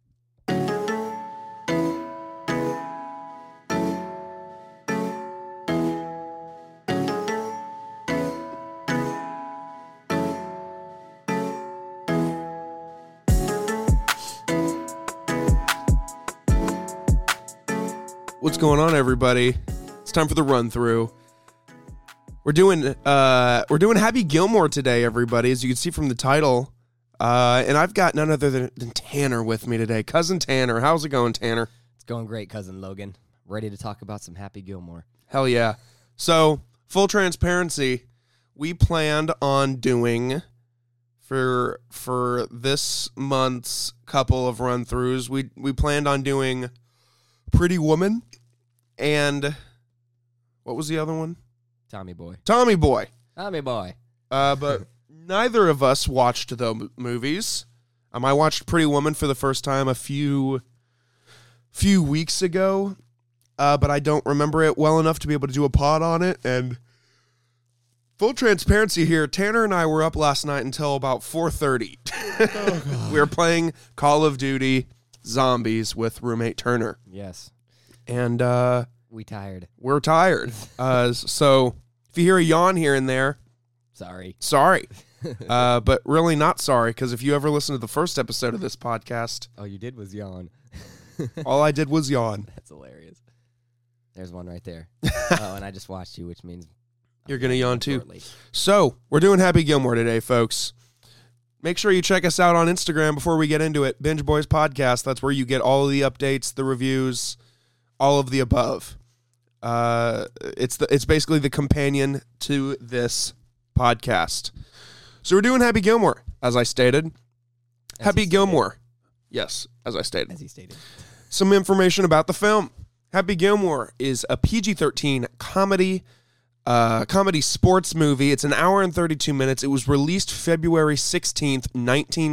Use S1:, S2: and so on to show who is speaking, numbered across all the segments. S1: What's going on, everybody? It's time for the run through. We're doing uh, we're doing Happy Gilmore today, everybody, as you can see from the title. Uh, and I've got none other than, than Tanner with me today, cousin Tanner. How's it going, Tanner?
S2: It's going great, cousin Logan. Ready to talk about some Happy Gilmore.
S1: Hell yeah! So full transparency, we planned on doing for for this month's couple of run throughs. We we planned on doing Pretty Woman and what was the other one?
S2: Tommy boy.
S1: Tommy Boy.
S2: Tommy boy.
S1: Uh, but neither of us watched the m- movies. Um, I watched Pretty Woman for the first time a few few weeks ago, uh, but I don't remember it well enough to be able to do a pod on it. And full transparency here, Tanner and I were up last night until about four thirty. we were playing Call of Duty Zombies with roommate Turner,
S2: Yes.
S1: and uh,
S2: We tired.
S1: we're tired. Uh, s- so if you hear a yawn here and there,
S2: Sorry.
S1: sorry. uh, but really not sorry because if you ever listen to the first episode of this podcast,
S2: All you did was yawn.
S1: all I did was yawn.
S2: That's hilarious. There's one right there. oh, and I just watched you, which means
S1: You're gonna yawn too.
S2: shortly.
S1: So we're doing Happy Gilmore today, folks. Make sure you check us out on Instagram before we get into it. Binge Boys Podcast. That's where you get all of the updates, the reviews, all of the above. Uh, it's the it's basically the companion to this podcast. So we're doing Happy Gilmore, as I stated.
S2: As
S1: Happy
S2: he stated.
S1: Gilmore. Yes, as I stated.
S2: As he stated.
S1: some information about the film. Happy Gilmore is a PG-13 comedy uh, comedy sports movie. It's an hour and 32 minutes. It was released February 16th,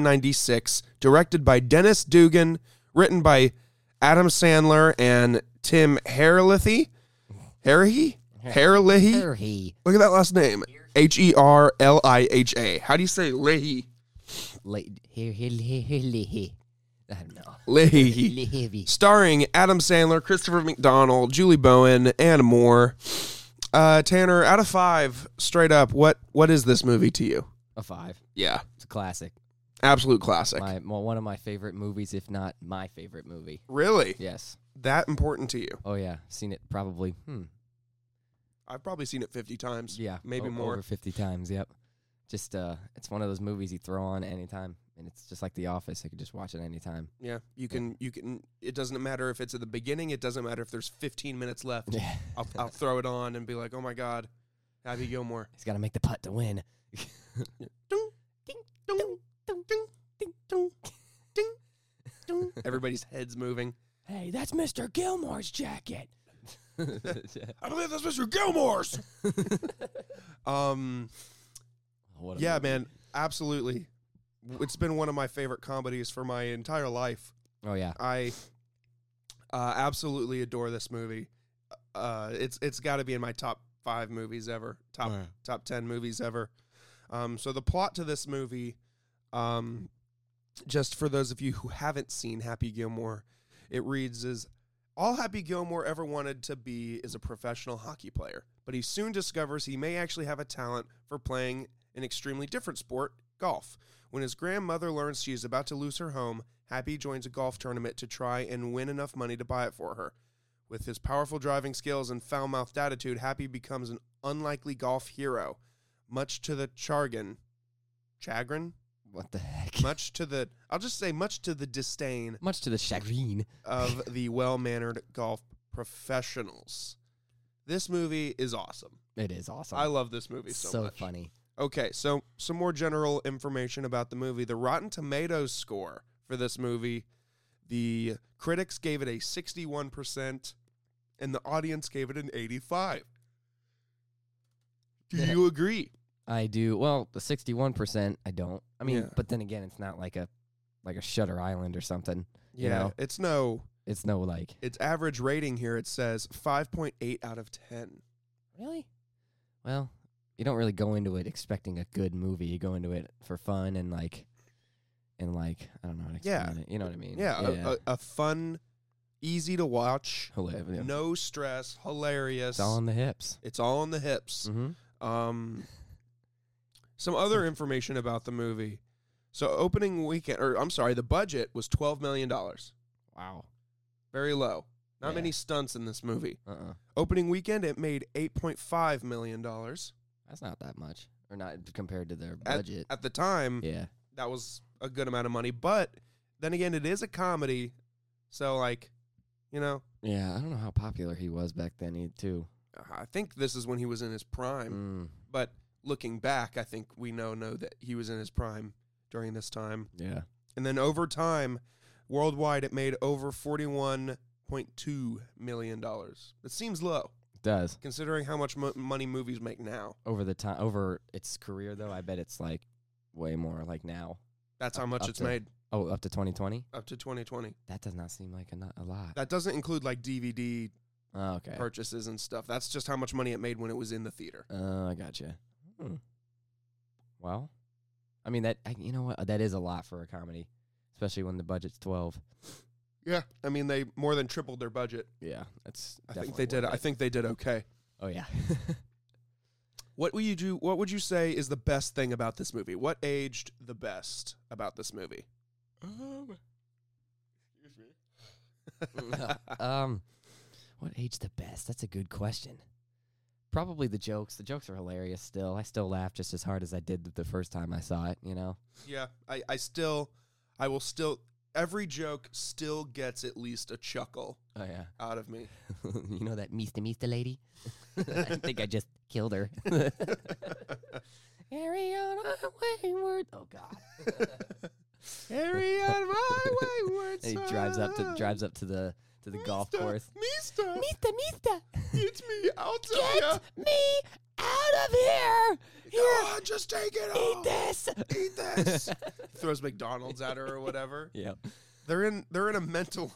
S1: 1996, directed by Dennis Dugan, written by Adam Sandler and Tim Herlihy. Herlihy? Herlihy?
S2: There he.
S1: Look at that last name. H E R L I H A. How do you say Leahy?
S2: Late. Here, here, here, here, here, here. I don't know.
S1: Leahy.
S2: Levy.
S1: starring Adam Sandler, Christopher McDonald, Julie Bowen, and more. Uh, Tanner, out of five, straight up, what what is this movie to you?
S2: A five.
S1: Yeah,
S2: It's a classic.
S1: absolute classic.
S2: My well, one of my favorite movies, if not my favorite movie.
S1: really,
S2: Yes.
S1: that important to you?
S2: Oh yeah. Seen it probably. Hmm.
S1: I've probably seen it fifty times.
S2: Yeah,
S1: maybe
S2: o-
S1: more.
S2: over fifty times. Yep. Just uh, it's one of those movies you throw on anytime, and it's just like The Office. I could just watch it anytime.
S1: Yeah, you can. You can. It doesn't matter if it's at the beginning. It doesn't matter if there's fifteen minutes left.
S2: Yeah.
S1: I'll, I'll throw it on and be like, oh my god, Happy Gilmore.
S2: He's got to make the putt to win.
S1: Ding, ding, ding, ding, ding, ding, ding, ding. Everybody's heads moving.
S2: Hey, that's Mr. Gilmore's jacket.
S1: I believe that's Mr. Gilmore's. um,
S2: Oh, What a
S1: yeah,
S2: movie.
S1: man, absolutely. It's been one of my favorite comedies for my entire life.
S2: Oh yeah.
S1: I uh, absolutely adore this movie. Uh, it's it's got to be in my top five movies ever, top
S2: Wow.
S1: top ten movies ever. Um, so the plot to this movie, um, just for those of you who haven't seen Happy Gilmore, it reads as all Happy Gilmore ever wanted to be is a professional hockey player, but he soon discovers he may actually have a talent for playing an extremely different sport, golf. When his grandmother learns she is about to lose her home, Happy joins a golf tournament to try and win enough money to buy it for her. With his powerful driving skills and foul mouthed attitude, Happy becomes an unlikely golf hero, much to the Chargan. Chagrin?
S2: What the heck?
S1: Much to the, I'll just say, much to the disdain
S2: Much to the chagrin.
S1: of the well mannered golf professionals. This movie is awesome.
S2: It is awesome.
S1: I love this movie so,
S2: so,
S1: much.
S2: funny.
S1: Okay, so some more general information about the movie. The Rotten Tomatoes score for this movie, the critics gave it a 61% and the audience gave it an 85. Do you agree?
S2: I do. Well, the sixty-one percent. I don't. I mean,
S1: Yeah.
S2: but then again, it's not like a like a Shutter Island or something. You know,
S1: It's no
S2: it's no like
S1: its average rating here it says 5.8 out of 10.
S2: really. Well, you don't really go into it expecting a good movie. You go into it for fun and like and like I don't know. How to
S1: Yeah.
S2: explain it. you know what I mean.
S1: Yeah, a- A, a fun easy to watch,
S2: Hilarious.
S1: no stress, hilarious.
S2: it's all on the hips.
S1: it's all in the hips.
S2: Mm-hmm.
S1: Um, some other information about the movie. So opening weekend, or I'm sorry, the budget was twelve million dollars.
S2: Wow.
S1: Very low. Not
S2: Yeah.
S1: many stunts in this movie.
S2: Uh. uh
S1: Opening weekend, it made eight point five million dollars.
S2: That's not that much, or not compared to their budget.
S1: At the time,
S2: yeah.
S1: that was a good amount of money. But then again, it is a comedy, so like, you know,
S2: Yeah. I don't know how popular he was back then. He too.
S1: I think this is when he was in his prime.
S2: Mm.
S1: But looking back, I think we now know that he was in his prime during this time.
S2: Mm, Yeah.
S1: And then over time, worldwide, it made over $41.2 million. It seems low,
S2: It does.
S1: considering how much mo- money movies make now.
S2: over the time over its career though i bet it's like way more like now
S1: That's how
S2: Up-
S1: much
S2: up
S1: it's
S2: to-
S1: made
S2: oh up to 2020
S1: up to 2020.
S2: that does not seem like a, no- a lot
S1: That doesn't include like DVD
S2: oh, okay
S1: purchases and stuff. That's just how much money it made when it was in the theater.
S2: uh, i gotcha hmm. well i mean that I, you know what that is a lot for a comedy especially when the budget's 12
S1: Yeah. I mean, they more than tripled their budget.
S2: yeah that's
S1: I think they did.
S2: definitely
S1: I
S2: worth
S1: think they did okay.
S2: it. oh yeah
S1: What would you do? What would you say is the best thing about this movie? What aged the best about this movie?
S2: um what age the best that's a good question probably the jokes the jokes are hilarious still i still laugh just as hard as i did the first time i saw it you know
S1: Yeah, I, I still, I will still, every joke still gets at least a chuckle
S2: oh yeah
S1: out of me.
S2: you know that Mista Mista lady? I think I just killed her. Carry on our wayward. Oh God!
S1: Harry on my wayward
S2: And he drives up to drives up to the to the golf course.
S1: Mister,
S2: Mista Mista,
S1: it's me. I'll tell
S2: get me out of here! Here,
S1: Oh, just take it
S2: eat
S1: all.
S2: this.
S1: Eat this. Throws McDonald's at her or whatever.
S2: Yep.
S1: They're in. They're in a mental.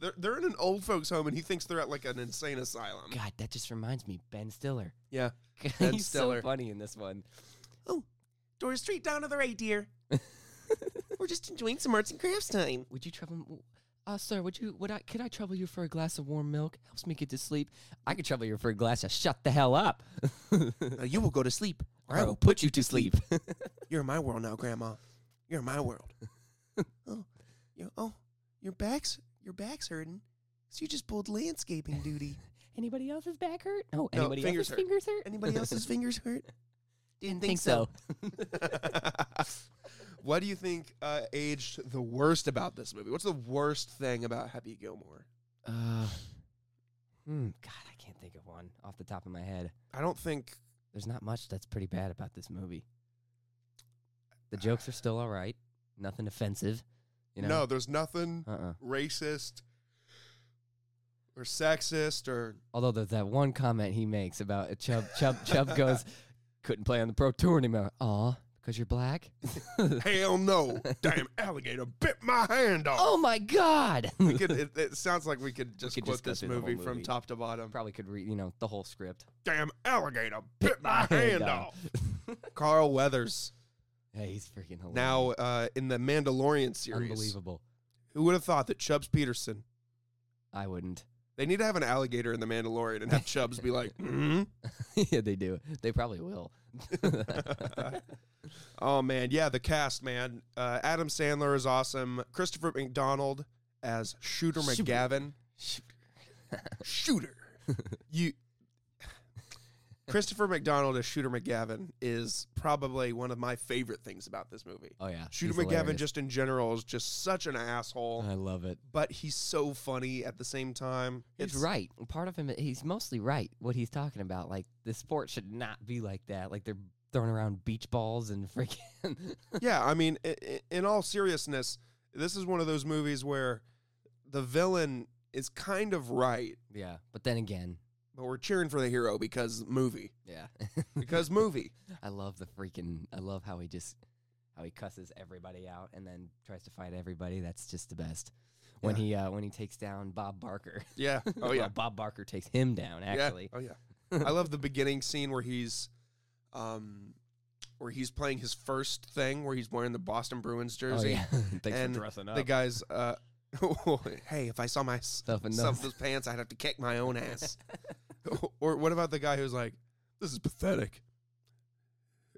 S1: They're, they're in an old folks home, and he thinks they're at like an insane asylum.
S2: God, that just reminds me, Ben Stiller.
S1: Yeah. Ben
S2: He's
S1: Stiller.
S2: so funny in this one.
S1: Door Street down to the right, dear. We're just enjoying some arts and crafts time.
S2: Would you trouble? Uh, sir, would you? Would I? Could I trouble you for a glass of warm milk? Helps me get to sleep. I could trouble you for a glass of shut the hell up.
S1: Now you will go to sleep, or I will
S2: put you to sleep.
S1: You're in my world now, Grandma. You're in my world. oh, you oh, your back's your back's hurting, so you just pulled landscaping duty.
S2: Anybody else's back hurt? No,
S1: No,
S2: anybody
S1: fingers
S2: else's
S1: hurt.
S2: fingers hurt?
S1: Anybody else's fingers hurt? Didn't
S2: think so.
S1: what do you think uh, aged the worst about this movie? What's the worst thing about Happy Gilmore?
S2: Uh, hmm, God, I can't think of one off the top of my head.
S1: I don't think.
S2: There's not much that's pretty bad about this movie.
S1: Uh.
S2: The jokes are still all right. Nothing offensive. You
S1: No,
S2: know?
S1: there's nothing
S2: Uh-uh.
S1: racist or sexist or
S2: Although there's that one comment he makes about uh, Chubb. Chubb, Chubb goes, couldn't play on the pro tour anymore. Aw, because you're black?
S1: hell no. Damn alligator bit my hand off.
S2: oh my God!
S1: We could- it, it sounds like we could just
S2: could
S1: quote
S2: just go
S1: this
S2: through the whole
S1: movie from
S2: movie.
S1: top to bottom.
S2: Probably could read, you know, the whole script.
S1: Damn alligator bit my hand
S2: hand
S1: off. Carl Weathers,
S2: Hey, he's freaking hilarious.
S1: now uh, in the Mandalorian series.
S2: Unbelievable.
S1: Who would have thought that Chubbs Peterson,
S2: I wouldn't.
S1: They need to have an alligator in the Mandalorian and have Chubbs be like, mm
S2: yeah, they do. They probably will.
S1: "Oh man, yeah, the cast, man. Uh, Adam Sandler is awesome. Christopher McDonald as Shooter McGavin. Shooter. you. Christopher McDonald as Shooter McGavin is probably one of my favorite things about this movie.
S2: Oh yeah,
S1: Shooter
S2: he's
S1: McGavin,
S2: hilarious. Uh-huh.
S1: just in general, is just such an asshole,
S2: I love it.
S1: but he's so funny at the same time.
S2: He's right. Part of him, he's mostly right. What he's talking about, like the sport should not be like that. Like they're throwing around beach balls and freaking.
S1: yeah, I mean, i- i- in all seriousness, this is one of those movies where the villain is kind of right,
S2: yeah, but then again,
S1: but we're cheering for the hero because movie,
S2: yeah,
S1: because movie.
S2: I love the freaking. I love how he just how he cusses everybody out and then tries to fight everybody. That's just the best. When he uh, when he takes down Bob Barker.
S1: Yeah. Oh
S2: Well,
S1: yeah.
S2: Bob Barker takes him down. Actually,
S1: Yeah. Oh yeah. I love the beginning scene where he's, um, where he's playing his first thing, where he's wearing the Boston Bruins jersey.
S2: Oh, yeah. Thanks for
S1: Oh, and
S2: dressing
S1: The
S2: up.
S1: guy's, uh, hey, if I saw myself
S2: Stuff
S1: in
S2: in
S1: those pants, I'd have to kick my own ass. or what about the guy who's like, this is pathetic.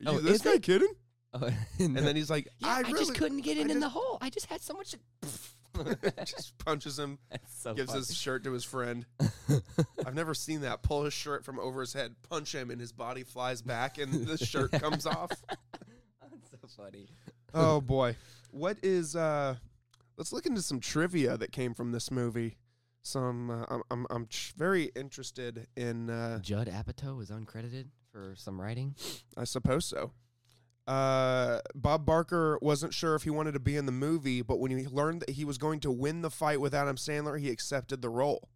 S1: Are you
S2: Oh,
S1: this
S2: is
S1: guy
S2: it?
S1: kidding?
S2: Oh,
S1: And then he's like,
S2: yeah, I,
S1: really,
S2: just couldn't get it
S1: I
S2: in the
S1: just-
S2: hole. I just had so much.
S1: just punches him,
S2: That's so
S1: gives
S2: funny.
S1: his shirt to his friend. I've never seen that. Pull his shirt from over his head, punch him, and his body flies back, and the shirt comes off.
S2: That's so funny.
S1: Oh boy, what is? uh Let's look into some trivia that came from this movie. Some uh, I'm I'm, I'm ch- very interested in. Uh,
S2: Judd Apatow is uncredited for some writing.
S1: I suppose so. Uh, Bob Barker wasn't sure if he wanted to be in the movie, but when he learned that he was going to win the fight with Adam Sandler, he accepted the role.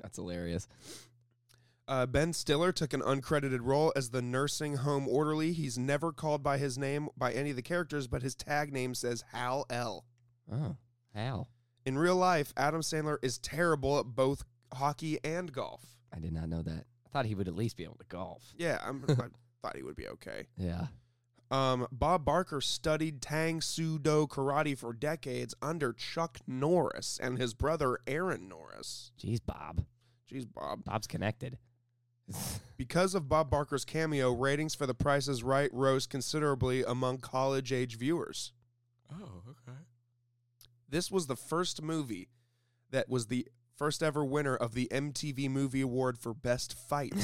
S2: That's hilarious.
S1: Uh, ben Stiller took an uncredited role as the nursing home orderly. He's never called by his name by any of the characters, but his tag name says Hal L.
S2: Oh, Hal.
S1: In real life, Adam Sandler is terrible at both hockey and golf.
S2: I did not know that. I thought he would at least be able to golf.
S1: Yeah, I'm, I thought he would be okay.
S2: Yeah.
S1: Um, Bob Barker studied Tang Soo Do karate for decades under Chuck Norris and his brother Aaron Norris.
S2: Jeez, Bob.
S1: Jeez, Bob.
S2: Bob's connected.
S1: Because of Bob Barker's cameo, ratings for The Price is Right rose considerably among college age viewers.
S2: Oh, okay.
S1: This was the first movie that was the first ever winner of the MTV Movie Award for Best Fight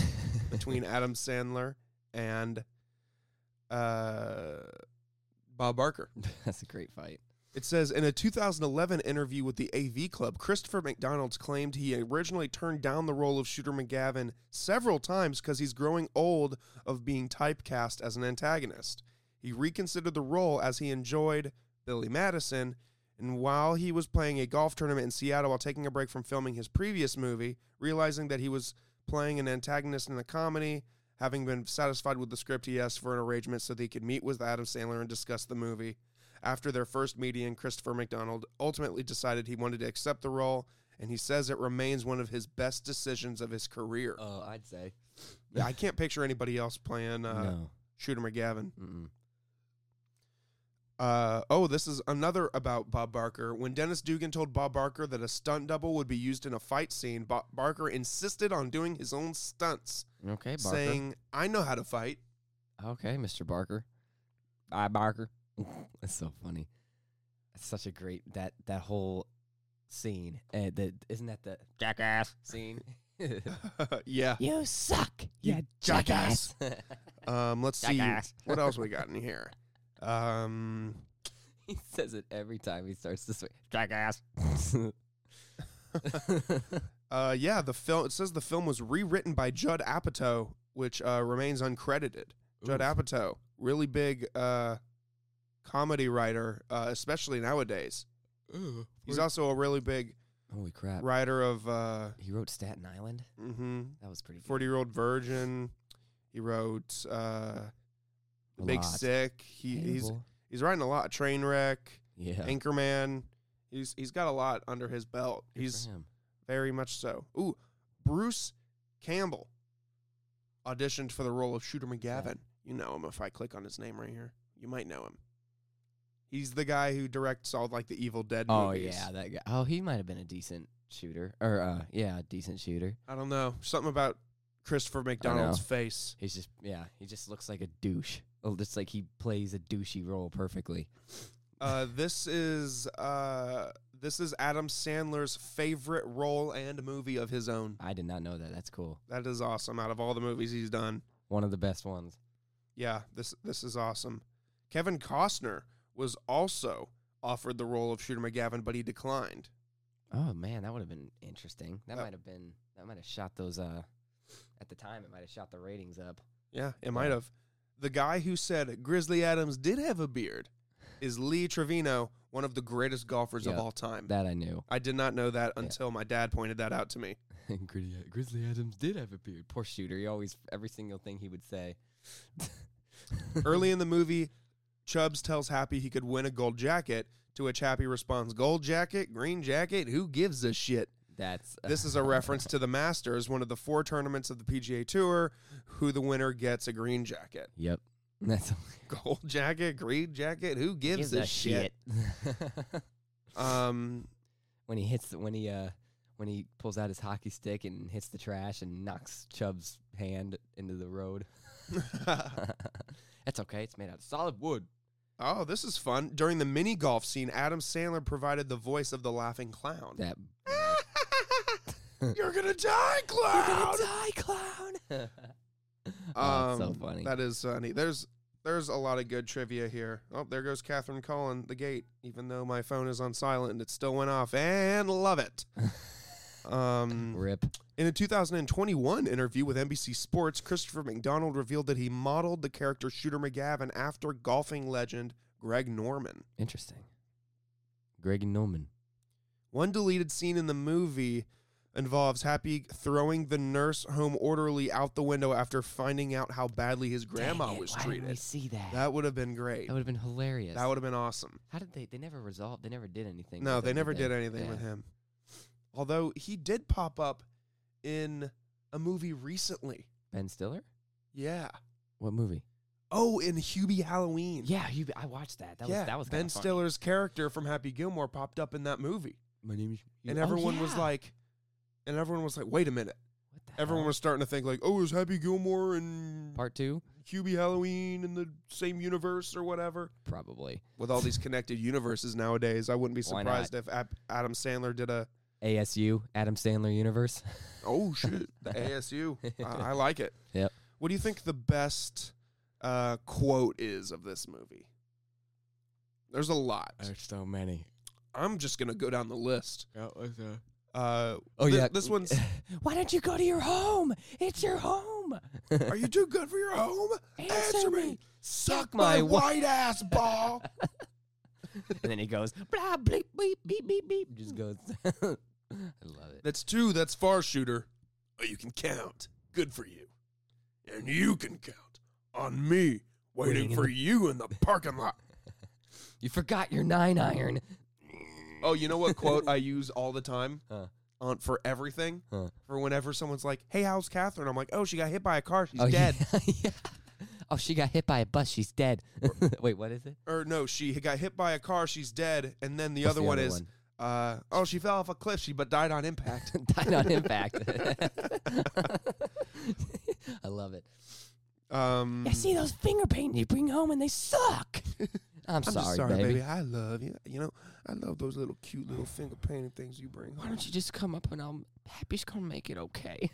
S1: between Adam Sandler and uh, Bob Barker.
S2: That's a great fight.
S1: It says in a 2011 interview with the AV Club, Christopher McDonald's claimed he originally turned down the role of Shooter McGavin several times because he's growing old of being typecast as an antagonist. He reconsidered the role as he enjoyed Billy Madison, and while he was playing a golf tournament in Seattle while taking a break from filming his previous movie, realizing that he was playing an antagonist in a comedy, having been satisfied with the script, he asked for an arrangement so that he could meet with Adam Sandler and discuss the movie. After their first meeting, Christopher McDonald ultimately decided he wanted to accept the role, and he says it remains one of his best decisions of his career.
S2: Oh, I'd say.
S1: Yeah, I can't picture anybody else playing uh,
S2: no.
S1: Shooter McGavin.
S2: Mm-mm.
S1: Uh, oh, this is another about Bob Barker. When Dennis Dugan told Bob Barker that a stunt double would be used in a fight scene, Bob Barker insisted on doing his own stunts,
S2: Okay, Barker.
S1: saying, I know how to fight.
S2: Okay, Mr. Barker. Bye, Barker. That's so funny. That's such a great that that whole scene. Uh, the, isn't that the jackass scene?
S1: yeah.
S2: you suck,
S1: You
S2: you,
S1: jackass.
S2: jackass.
S1: Um, let's see
S2: Jackass.
S1: what else we got in here. Um,
S2: he says it every time he starts to swing. Jackass.
S1: Uh, yeah, the film. It says the film was rewritten by Judd Apatow, which uh, remains uncredited. Judd Apatow, really big uh, comedy writer, uh, especially nowadays. He's also a really big
S2: Holy crap!
S1: writer of uh,
S2: He wrote Staten Island.
S1: mm-hmm,
S2: That was pretty. Good.
S1: Forty Year Old Virgin. He wrote uh, The
S2: A
S1: Big
S2: lot.
S1: Sick. He, he's
S2: Hannibal.
S1: he's writing a lot. Trainwreck,
S2: yeah.
S1: Anchorman. He's he's got a lot under his belt.
S2: Good for
S1: He's
S2: him.
S1: Very much so. Ooh, Bruce Campbell auditioned for the role of Shooter McGavin. You know him if I click on his name right here. You might know him. He's the guy who directs all like the Evil Dead
S2: Oh
S1: movies.
S2: yeah, that guy. Oh, he might have been a decent shooter, or uh, yeah, decent shooter.
S1: I don't know. Something about Christopher McDonald's face.
S2: He's just yeah, he just looks like a douche. Oh, just like he plays a douchey role perfectly.
S1: Uh, this is uh, this is Adam Sandler's favorite role and movie of his own.
S2: I did not know that. That's cool.
S1: That is awesome. Out of all the movies he's done,
S2: One of the best ones.
S1: yeah, this this is awesome. Kevin Costner was also offered the role of Shooter McGavin, but he declined.
S2: Oh man, that would have been interesting. That
S1: That-
S2: might have been that might have shot those uh at the time it might have shot the ratings up.
S1: Yeah, it might have. The guy who said Grizzly Adams did have a beard is Lee Trevino, one of the greatest golfers of
S2: Yeah,
S1: all time.
S2: That I knew.
S1: I did not know that
S2: Yeah.
S1: until my dad pointed that out to me.
S2: Grizzly, uh, Grizzly Adams did have a beard. Poor shooter. He always every single thing he would say.
S1: Early in the movie, Chubbs tells Happy he could win a gold jacket, to which Happy responds, Gold jacket, green jacket, who gives a shit?
S2: That's uh,
S1: This is a reference to the Masters, one of the four tournaments of the PGA Tour, who the winner gets a green jacket.
S2: Yep. That's
S1: Gold jacket, green jacket, who gives, a, shit? Um,
S2: when he hits the, when he uh when he pulls out his hockey stick and hits the trash and knocks Chubb's hand into the road. That's okay. It's made out of solid wood.
S1: oh, this is fun. During the mini golf scene, Adam Sandler provided the voice of the laughing clown.
S2: That
S1: You're gonna die, clown!
S2: die, clown.
S1: Um,
S2: oh, that's so funny.
S1: That is funny. There's there's a lot of good trivia here. Oh, there goes Catherine calling the gate. Even though my phone is on silent, and it still went off. And love it. Um,
S2: Rip.
S1: in a 2021 interview with NBC Sports, Christopher McDonald revealed that he modeled the character Shooter McGavin after golfing legend Greg Norman.
S2: Interesting. Greg Norman.
S1: One deleted scene in the movie involves Happy throwing the nurse home orderly out the window after finding out how badly his grandma
S2: Dang it,
S1: was
S2: why
S1: treated.
S2: Didn't we see that. That,
S1: That would have been great.
S2: would have been hilarious.
S1: That would have been awesome.
S2: How did they? They never resolved. They never did anything.
S1: No,
S2: with
S1: they
S2: him,
S1: never did anything with
S2: Yeah.
S1: him. Although he did pop up in a movie recently.
S2: Ben Stiller.
S1: Yeah.
S2: What movie?
S1: Oh, in Hubie Halloween.
S2: Yeah, you, I watched that. That
S1: Yeah,
S2: was that was
S1: Ben
S2: kinda funny.
S1: Stiller's character from Happy Gilmore popped up in that movie.
S2: My name is.
S1: And
S2: Oh,
S1: everyone was
S2: yeah. Uh-huh.
S1: like and everyone was like, "Wait a minute."
S2: What the
S1: Everyone
S2: hell?
S1: was starting to think like, "Oh, is Happy Gilmore and
S2: part two.
S1: Hubie Halloween in the same universe or whatever?"
S2: Probably
S1: With all these connected universes nowadays, I wouldn't be
S2: Why not?
S1: surprised if Ap- Adam Sandler did a
S2: ASU Adam Sandler universe.
S1: Oh shit, the ASU. I, I like it.
S2: Yep.
S1: What do you think the best uh, quote is of this movie? There's a lot.
S2: so many.
S1: I'm just gonna go down the list. Uh,
S2: Oh
S1: thi-
S2: yeah,
S1: this one's.
S2: Why don't you go to your home? It's your home.
S1: Are you too good for your home?
S2: Answer me.
S1: Suck
S2: Suck my
S1: my
S2: whi-
S1: white ass ball.
S2: and then he goes blah bleep bleep beep beep beep. Just goes. I love it.
S1: That's two. That's far shooter. Oh, you can count. Good for you. And you can count on me waiting,
S2: Waiting in
S1: for
S2: the-
S1: you in the parking lot.
S2: You forgot your nine iron.
S1: Oh, you know what quote I use all the time?
S2: Huh.
S1: On for everything.
S2: Huh.
S1: For whenever someone's like, "Hey, how's Catherine?" I'm like, "Oh, she got hit by a car. She's
S2: oh,
S1: dead."
S2: Yeah, yeah. Oh, she got hit by a bus. She's dead. Wait, what is it?
S1: Or no, she got hit by a car. She's dead. And then the
S2: What's
S1: other
S2: the
S1: one
S2: other
S1: is,
S2: one?
S1: Uh, "Oh, she fell off a cliff. She but died on impact."
S2: Died on impact. I love it.
S1: Um,
S2: I see those finger paint you bring home and they suck. I'm,
S1: I'm
S2: sorry,
S1: just sorry,
S2: baby.
S1: baby. I love you. You know, I love those little cute little finger painting things you bring.
S2: Why
S1: home.
S2: don't you just come up and I'm happy's gonna make it okay.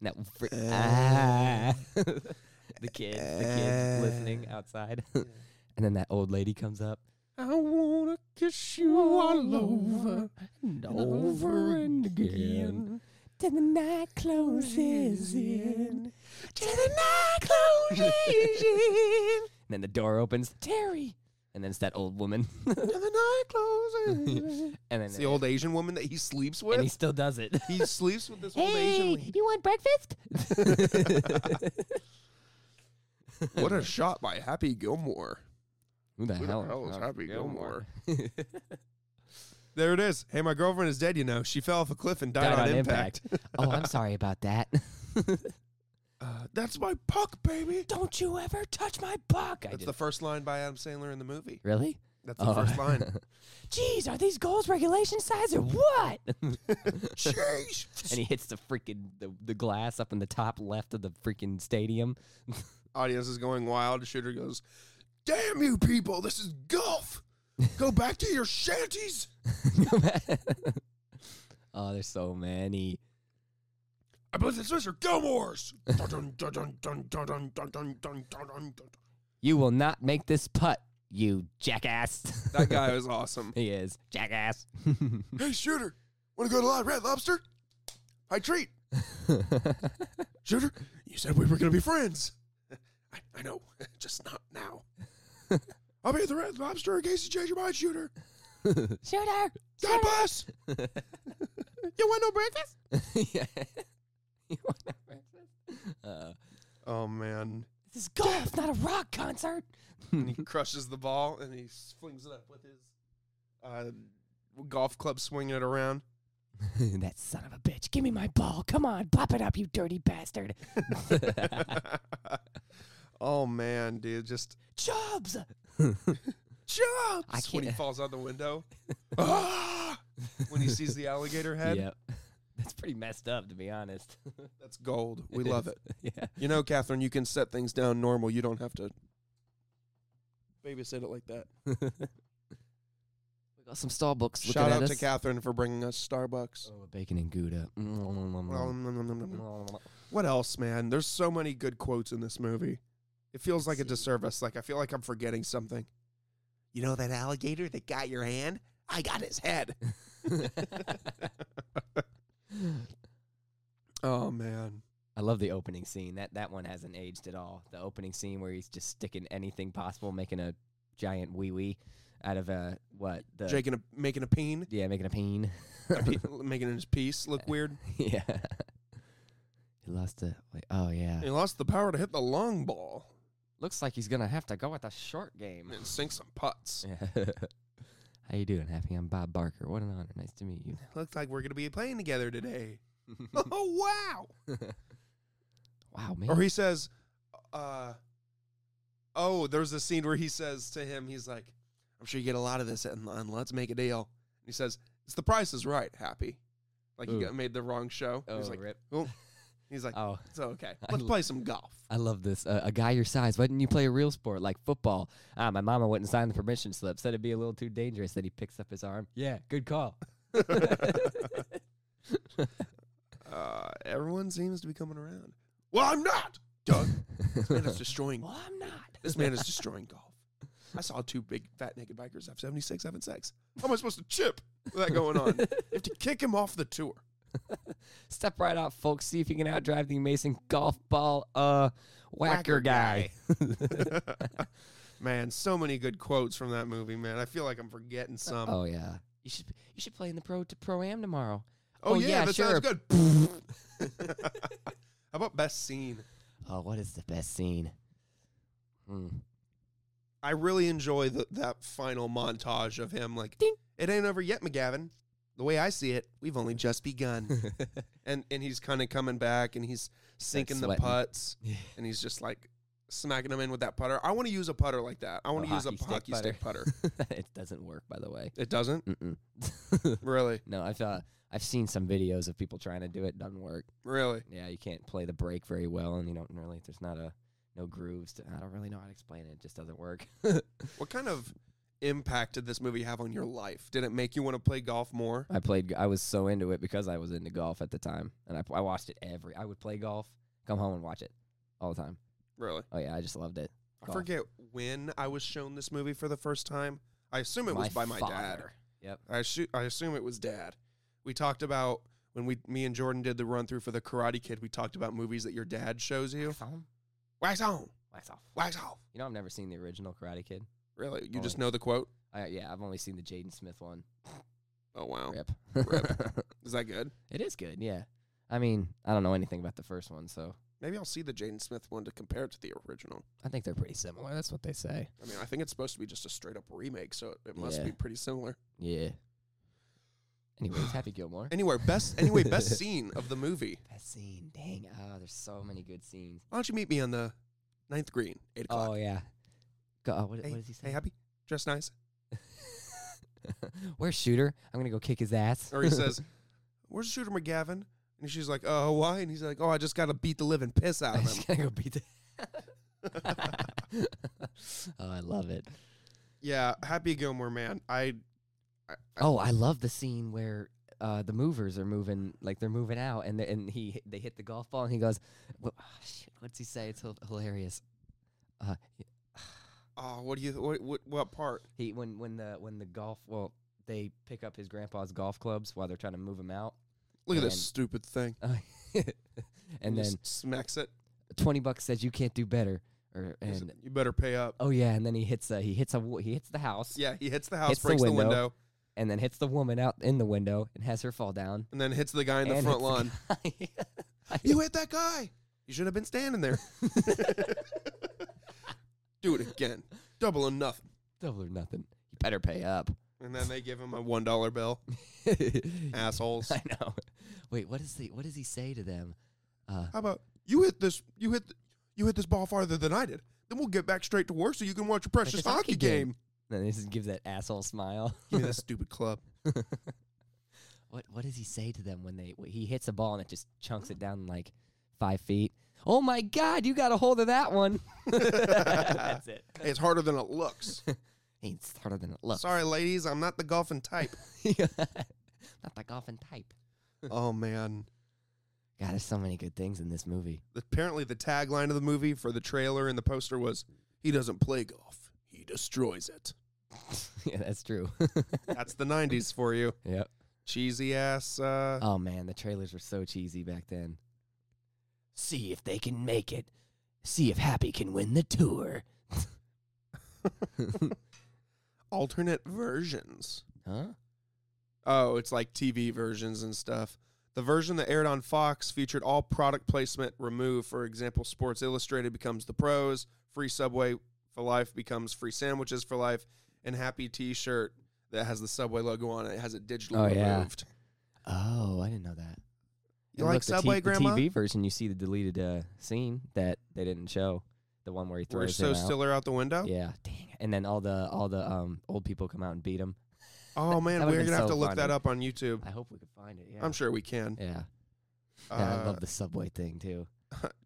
S2: no, fr-
S1: Uh,
S2: ah. the kids, the
S1: uh,
S2: kids listening outside, and then that old lady comes up.
S1: I wanna kiss you all over
S2: and
S1: and over and again.
S2: Till the night closes in. Till the night closes in. And then the door opens. Terry. And then it's that old woman.
S1: And the night closes.
S2: and then
S1: It's the old Asian woman that he sleeps with.
S2: and he still does it.
S1: he sleeps with this old Asian lady.
S2: you want breakfast?
S1: What a shot by Happy Gilmore.
S2: Who the
S1: Who the
S2: hell,
S1: hell is Happy Gilmore?
S2: Gilmore?
S1: There it is. Hey, my girlfriend is dead, you know. She fell off a cliff and died, on, impact.
S2: oh, I'm sorry about that.
S1: Uh, that's my puck, baby.
S2: Don't you ever touch my buck? I
S1: That's
S2: did.
S1: the first line by Adam Sandler in the movie.
S2: really?
S1: That's the first line.
S2: Jeez, are these goals regulation size or what?
S1: Jeez.
S2: and he hits the freaking the, the glass up in the top left of the freaking stadium.
S1: Audience is going wild. The shooter goes, "Damn you people! This is golf. Go back to your shanties."
S2: oh, there's so many.
S1: I believe this is your Gilmore's. Dun, dun, dun, dun, dun, dun, dun, dun, dun, dun, dun, dun.
S2: You will not make this putt, you jackass.
S1: That guy was awesome.
S2: he is jackass.
S1: hey, shooter, want to go to Lo- Red Lobster? I treat. shooter, you said we were going to be friends. I, I know, just not now. I'll be at the Red Lobster in case you change your mind, shooter.
S2: Shooter.
S1: God bless. you want no breakfast?
S2: yeah. You want that breakfast? Uh,
S1: Oh man!
S2: this is golf, not a rock concert.
S1: And he crushes the ball and he flings it up with his uh, golf club, swinging it around.
S2: that son of a bitch. Give me my ball. Come on, pop it up, you dirty bastard.
S1: oh man, dude, just
S2: Jobs.
S1: jump
S2: I
S1: when he
S2: can't-
S1: falls out the window. Ah! when he sees the alligator head,
S2: Yep. That's pretty messed up, to be honest.
S1: that's gold. We love it.
S2: yeah.
S1: You know, Catherine, you can set things down normal. You don't have to babysit it like that.
S2: We got some Starbucks.
S1: Shout out to Catherine for bringing us Starbucks.
S2: Oh, bacon and Gouda.
S1: Um, nom, nom, nom, nom, nom.
S2: Mm.
S1: What else, man? There's so many good quotes in this movie. It feels like a disservice. Like I feel like I'm forgetting something. You know that alligator that got your hand? I got his head. oh man.
S2: I love the opening scene. That that one hasn't aged at all. The opening scene where he's just sticking anything possible, making a giant wee wee out of a what the
S1: Jake in a, making a peen,
S2: yeah, making a peen.
S1: a pe- making his piece look weird.
S2: yeah, he lost it. Wait, oh yeah,
S1: He lost the power to hit the long ball
S2: looks like he's gonna have to go with the short game.
S1: and sink some putts.
S2: Yeah. How you doing, Happy? I'm Bob Barker. What an honor. Nice to meet you.
S1: Looks like we're gonna be playing together today. oh wow!
S2: Wow, man.
S1: Or he says, uh, oh, there's a scene where he says to him, he's like, I'm sure you get a lot of this and, and let's make a deal. And he says, it's the price is right, happy. Like he
S2: Ooh.
S1: got made the wrong show.
S2: Oh,
S1: he's like,
S2: rip.
S1: "Oh." He's like,
S2: Oh.
S1: it's okay.
S2: I
S1: Let's
S2: l-
S1: play some golf.
S2: I love this. Uh, a guy your size, why didn't you play a real sport like football? Ah, my mama wouldn't sign the permission slip. Said it'd be a little too dangerous. That he picks up his arm. Yeah, good call.
S1: Uh, everyone seems to be coming around. Well, I'm not. Doug, this man is destroying.
S2: Well, I'm not.
S1: This man is destroying golf. I saw two big fat naked bikers F seventy six having sex. How am I supposed to chip with that going on? You have to kick him off the tour.
S2: Step right out, folks. See if you can outdrive the amazing golf ball uh whacker, guy.
S1: Man, so many good quotes from that movie, man. I feel like I'm forgetting some.
S2: oh yeah. You should you should play in the pro to pro am tomorrow.
S1: Oh, yeah, that
S2: sure.
S1: sounds good. How about best scene?
S2: Oh, what is the best scene? Hmm.
S1: I really enjoy the, that final montage of him like it ain't over yet, McGavin. The way I see it, we've only just begun. and and he's kind of coming back and he's sinking the
S2: sweating.
S1: putts and he's just like smacking him in with that putter. I want to use a putter like that. I want to
S2: Oh,
S1: use a hockey
S2: hockey stick
S1: stick putter.
S2: it doesn't work, by the way.
S1: it doesn't?
S2: Mm-mm.
S1: Really?
S2: no, I've uh, I've seen some videos of people trying to do it. it. Doesn't work.
S1: Really?
S2: Yeah, you can't play the break very well, and you don't really. There's not a no grooves. To, I don't really know how to explain it. It just doesn't work.
S1: What kind of impact did this movie have on your life? Did it make you want to play golf more?
S2: I played. I was so into it because I was into golf at the time, and I, I watched it every. I would play golf, come home and watch it all the time.
S1: Really?
S2: Oh yeah, I just loved it.
S1: I forget when I was shown this movie for the first time. I assume it was by my dad.
S2: father. Yep.
S1: I assu- I assume it was dad. We talked about when we me and Jordan did the run through for the Karate Kid. We talked about movies that your dad shows you.
S2: Wax on,
S1: Wax on,
S2: wax off.
S1: wax off.
S2: You know, I've never seen the original Karate Kid.
S1: Really? You
S2: Oh.
S1: just know the quote?
S2: I, yeah, I've only seen the Jaden Smith one.
S1: Oh wow,
S2: Rip.
S1: Rip. is that good?
S2: it is good. Yeah. I mean, I don't know anything about the first one, so
S1: Maybe I'll see the Jaden Smith one to compare it to the original.
S2: I think they're pretty similar. That's what they say.
S1: I mean, I think it's supposed to be just a straight up remake, so it, it must
S2: Yeah.
S1: be pretty similar.
S2: Yeah. Anyways, Happy Gilmore.
S1: Anyway, best anyway best scene of the movie.
S2: Best scene. Dang. Oh, there's so many good scenes.
S1: Why don't you meet me on the ninth green, eight o'clock?
S2: Oh yeah. Go, oh, what,
S1: hey,
S2: what does he say?
S1: Hey, happy, dress nice,
S2: Where's Shooter? I'm gonna go kick his ass.
S1: Or he says, Where's Shooter McGavin? And she's like, Oh, why? And he's like, Oh, I just got to beat the living piss out
S2: I
S1: of him.
S2: just gotta go beat the. oh, I love it.
S1: Yeah, Happy Gilmore, man. I
S2: Oh, I love the scene where uh, the movers are moving, like they're moving out, and they, and he hit- they hit the golf ball, and he goes, wha- ah, shit, "What's he say?" It's hil- hilarious. Uh,
S1: oh, what do you what what, what part?
S2: he when when the when the golf well they pick up his grandpa's golf clubs while they're trying to move him out,
S1: Look at
S2: And-
S1: this stupid thing.
S2: and then
S1: Just smacks it.
S2: twenty bucks says you can't do better, or
S1: He's-
S2: and
S1: you better pay up.
S2: oh yeah, and then he hits a he hits a wa- he hits the house,
S1: Yeah, he hits the house,
S2: Hits the
S1: breaks the window.
S2: window. and then hits the woman out in the window and has her fall down
S1: and then hits the guy in the
S2: and
S1: front lawn.
S2: hits the guy.
S1: You hit that guy. You should have been standing there. Do it again. Double or nothing.
S2: Double or nothing. You better pay up.
S1: And then they give him a one dollar bill.
S2: I
S1: Assholes.
S2: know. Wait, what is the what does he say to them?
S1: How about you hit this? You hit th- you hit this ball farther than I did. Then we'll get back straight to work so you can watch your precious
S2: Precious hockey
S1: hockey game.
S2: And then he just gives that asshole smile.
S1: Give me that stupid club.
S2: What what does he say to them when they when he hits a ball and it just chunks it down like five feet? Oh my God! You got a hold of that one. That's it.
S1: Hey, it's harder than it looks.
S2: Ain't harder than it looks.
S1: Sorry, ladies, I'm not the golfing type.
S2: Not the golfing type.
S1: oh man.
S2: God, there's so many good things in this movie.
S1: Apparently, the tagline of the movie for the trailer and the poster was, "He doesn't play golf. He destroys it."
S2: yeah, that's true.
S1: That's the '90s for you.
S2: yep.
S1: Cheesy ass. Uh,
S2: Oh man, the trailers were so cheesy back then. See if they can make it. See if Happy can win the tour.
S1: alternate versions.
S2: Huh?
S1: Oh, it's like TV versions and stuff. The version that aired on Fox featured all product placement removed. For example, Sports Illustrated becomes the pros, free Subway for life becomes free sandwiches for life, and Happy T shirt that has the Subway logo on it has it digitally
S2: Oh, yeah.
S1: removed.
S2: Oh, I didn't know that.
S1: You
S2: And
S1: like
S2: look, the
S1: Subway,
S2: T-
S1: Grandma?
S2: The TV version, you see the deleted uh, scene that they didn't show. The one where he
S1: Where
S2: throws
S1: So
S2: him out.
S1: Stiller out the window?
S2: Yeah, dang. it. And then all the all the um, old people come out and beat him.
S1: Oh,
S2: That
S1: man,
S2: would've
S1: we're going
S2: been
S1: to have
S2: so
S1: to look that
S2: funny.
S1: up on YouTube.
S2: I hope we could find it. Yeah.
S1: I'm sure we can.
S2: Yeah.
S1: Uh,
S2: yeah I love the subway thing too.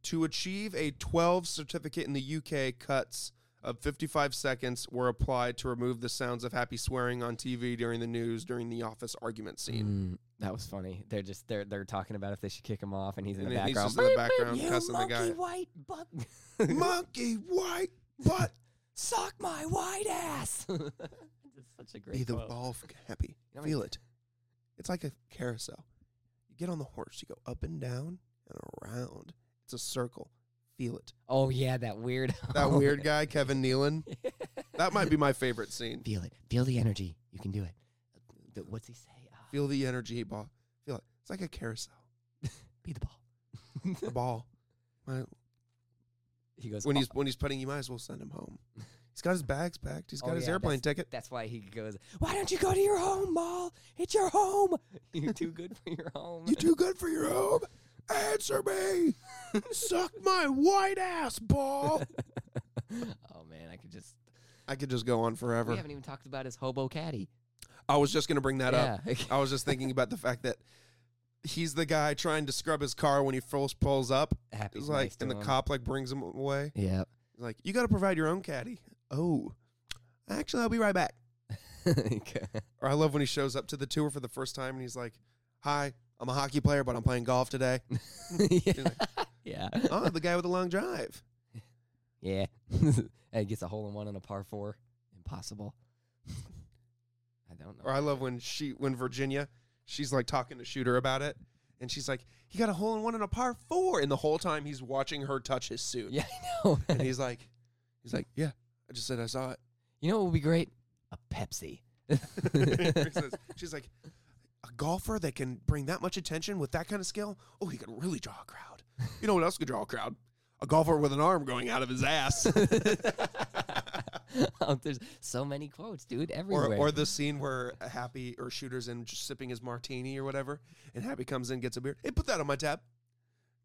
S1: to achieve a 12 certificate in the UK, cuts of 55 seconds were applied to remove the sounds of happy swearing on TV during the news during the office argument scene.
S2: Mm, that was funny. They're just they're they're talking about if they should kick him off, and he's in
S1: And
S2: the
S1: then he's
S2: background.
S1: just Mm, in the background
S2: you
S1: cussing the guy.
S2: monkey white buck,
S1: Monkey white butt.
S2: suck my white ass. It's such a
S1: Be
S2: great
S1: the
S2: quote.
S1: ball f- happy.
S2: know what I
S1: Feel
S2: mean?
S1: it. It's like a carousel. You get on the horse, you go up and down and around. It's a circle. Feel it.
S2: Oh yeah, that weird.
S1: That weird guy, Kevin Nealon. That might be my favorite scene.
S2: Feel it. Feel the energy. You can do it. The- What's he say? Uh,
S1: Feel the energy ball. Feel it. It's like a carousel.
S2: be the ball.
S1: The ball. My-
S2: He goes
S1: when
S2: "Oh,
S1: he's when he's putting, you might as well send him home. He's got his bags packed. He's got
S2: Oh,
S1: his
S2: yeah,
S1: airplane
S2: that's-
S1: ticket.
S2: That's why he goes, Why don't you go to your home, Maul? It's your home. You're too good for your home.
S1: You too good for your home. Answer me. Suck my white ass ball.
S2: oh, man. I could just.
S1: I could just go on
S2: We
S1: forever.
S2: haven't e- even talked about his hobo caddy.
S1: I was just gonna bring that
S2: Yeah.
S1: up. I was just thinking about the fact that he's the guy trying to scrub his car when he first pulls up.
S2: Happy's
S1: It's like
S2: nice to
S1: and the
S2: him.
S1: cop like brings him away.
S2: Yeah.
S1: He's like, You gotta provide your own caddy. Oh. Actually I'll be right back. Or I love when he shows up to the tour for the first time and he's like, Hi, I'm a hockey player, but I'm playing golf today.
S2: yeah. Yeah.
S1: oh, the guy with the long drive.
S2: Yeah. and he gets a hole in one on a par four. Impossible. I don't know.
S1: Or I love when she when Virginia, she's like talking to Shooter about it. And she's like, he got a hole in one and a par four. And the whole time he's watching her touch his suit.
S2: Yeah, I know.
S1: And he's like, he's like, yeah, I just said I saw it.
S2: you know what would be great? A Pepsi.
S1: He says- she's like, a golfer that can bring that much attention with that kind of skill? Oh, he could really draw a crowd. You know what else could draw a crowd? A golfer with an arm going out of his ass.
S2: Oh, There's so many quotes, dude, everywhere.
S1: or, or the scene where Happy or Shooter's in just sipping his martini or whatever, and Happy comes in, gets a beer. Hey, put that on my tab.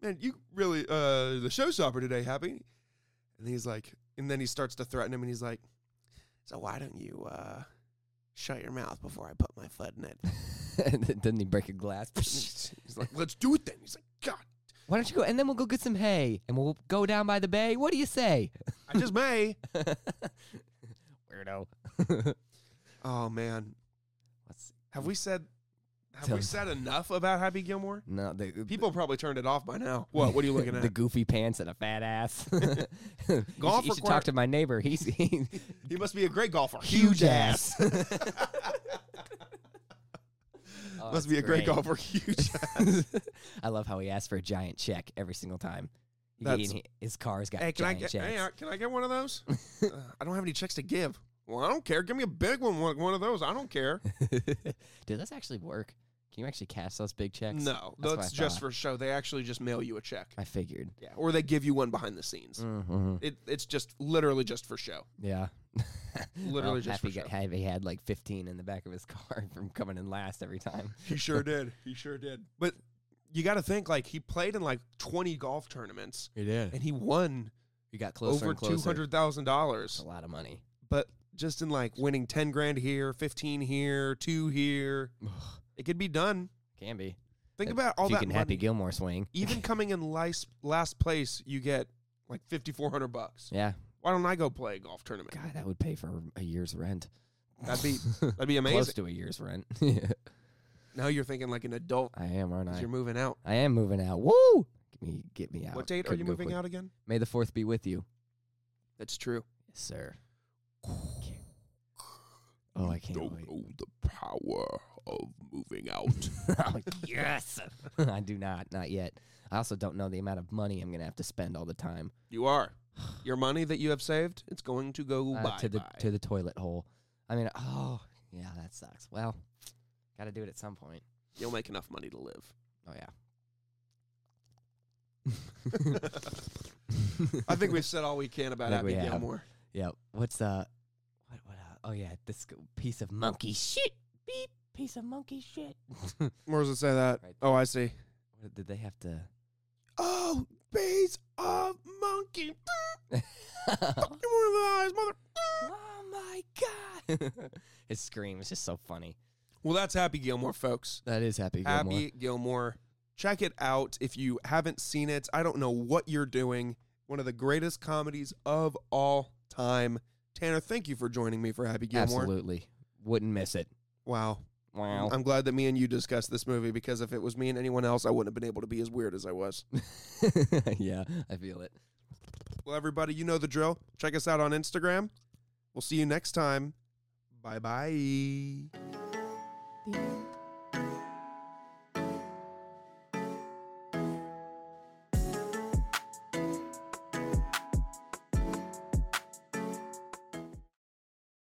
S1: Man, you really uh the showstopper today, Happy. And he's like, and then he starts to threaten him, and he's like, so why don't you uh shut your mouth before I put my foot in it.
S2: and then doesn't he break a glass?
S1: He's like, let's do it then. He's like, God,
S2: Why don't you go? And then we'll go get some hay, and we'll go down by the bay. What do you say?
S1: I just may.
S2: Weirdo.
S1: Oh man,
S2: Let's see.
S1: have we said have
S2: Tell
S1: we
S2: me.
S1: said enough about Happy Gilmore?
S2: No, the
S1: People probably turned it off by now. What? What are you looking
S2: The
S1: at?
S2: goofy pants and a fat ass. You should- you
S1: Golf
S2: should,
S1: require-
S2: talk to my neighbor. He's, he's
S1: He must be a great golfer.
S2: Oh,
S1: must
S2: that's
S1: be a great,
S2: great.
S1: golfer. Huge.
S2: I love how he asks for a giant check every single time. He-
S1: That's-
S2: he- his car's got
S1: hey, can I
S2: giant
S1: get? Hey, uh,
S2: checks.
S1: can I get one of those? uh, I don't have any checks to give. Well, I don't care. Give me a big one. One one of those. I don't care.
S2: Did this actually work? Can you actually cash those big checks?
S1: No,
S2: what
S1: that's
S2: I
S1: just
S2: thought.
S1: for show. They actually just mail you a check.
S2: I figured.
S1: Yeah, or they give you one behind the scenes.
S2: Mm-hmm.
S1: It, it's just literally just for show.
S2: Yeah.
S1: Literally
S2: Well,
S1: just for
S2: happy got-
S1: show.
S2: happy he had like 15 in the back of his car from coming in last every time.
S1: He sure did. He sure did. But you got to think like he played in like 20 golf tournaments
S2: He did.
S1: and he won
S2: He got closer
S1: over
S2: and closer. That's a
S1: $200,000.
S2: lot of money.
S1: But just in like winning 10 grand here, 15 here, 2 here, it could be done.
S2: Can be.
S1: Think
S2: If-
S1: about all
S2: if you
S1: that
S2: can
S1: money.
S2: Happy Gilmore swing.
S1: Even coming in last, last place, you get like 5400 bucks.
S2: Yeah.
S1: Why don't I go play a golf tournament?
S2: God, that would pay for a year's rent.
S1: That'd be that'd be amazing.
S2: Close to a year's rent. Yeah.
S1: Now you're thinking like an adult
S2: I am, aren't
S1: 'cause
S2: I?
S1: you're moving out.
S2: I am moving out. Woo! Get me, get me out.
S1: What date are
S2: Couldn't
S1: you
S2: go
S1: moving
S2: quick.
S1: out again?
S2: May the fourth be with you.
S1: That's true.
S2: Yes, sir. Can't- Oh, I can't wait.
S1: know the power of moving out.
S2: I'm like, yes. I do not, not yet. I also don't know the amount of money I'm gonna have to spend all the time
S1: you are. Your money that you have saved, it's going to go
S2: uh,
S1: bye
S2: to the
S1: bye.
S2: to the toilet hole. I mean, oh yeah, that sucks. Well, got to do it at some point.
S1: You'll make enough money to live.
S2: Oh yeah.
S1: I think we've said all we can about
S2: I think
S1: Happy
S2: we have.
S1: Gilmore.
S2: Yeah. What's uh, what what? Uh, oh yeah, this g- piece of monkey shit. Beep. Piece of monkey shit.
S1: Where does it say that?
S2: Right
S1: Oh, I see.
S2: What Did they have to?
S1: Oh, base of monkey. Fuck you in the eyes, mother.
S2: oh my god! His scream is just so funny.
S1: Well, that's Happy Gilmore, folks.
S2: That is Happy
S1: Happy Gilmore. Check it out if you haven't seen it. I don't know what you're doing. One of the greatest comedies of all time. Tanner, thank you for joining me for Happy Gilmore.
S2: Absolutely, wouldn't miss it.
S1: Wow.
S2: Wow.
S1: I'm glad that me and you discussed this movie because if it was me and anyone else, I wouldn't have been able to be as weird as I was.
S2: yeah, I feel it.
S1: well, everybody, you know the drill. Check us out on Instagram. We'll see you next time. Bye bye.
S2: The end.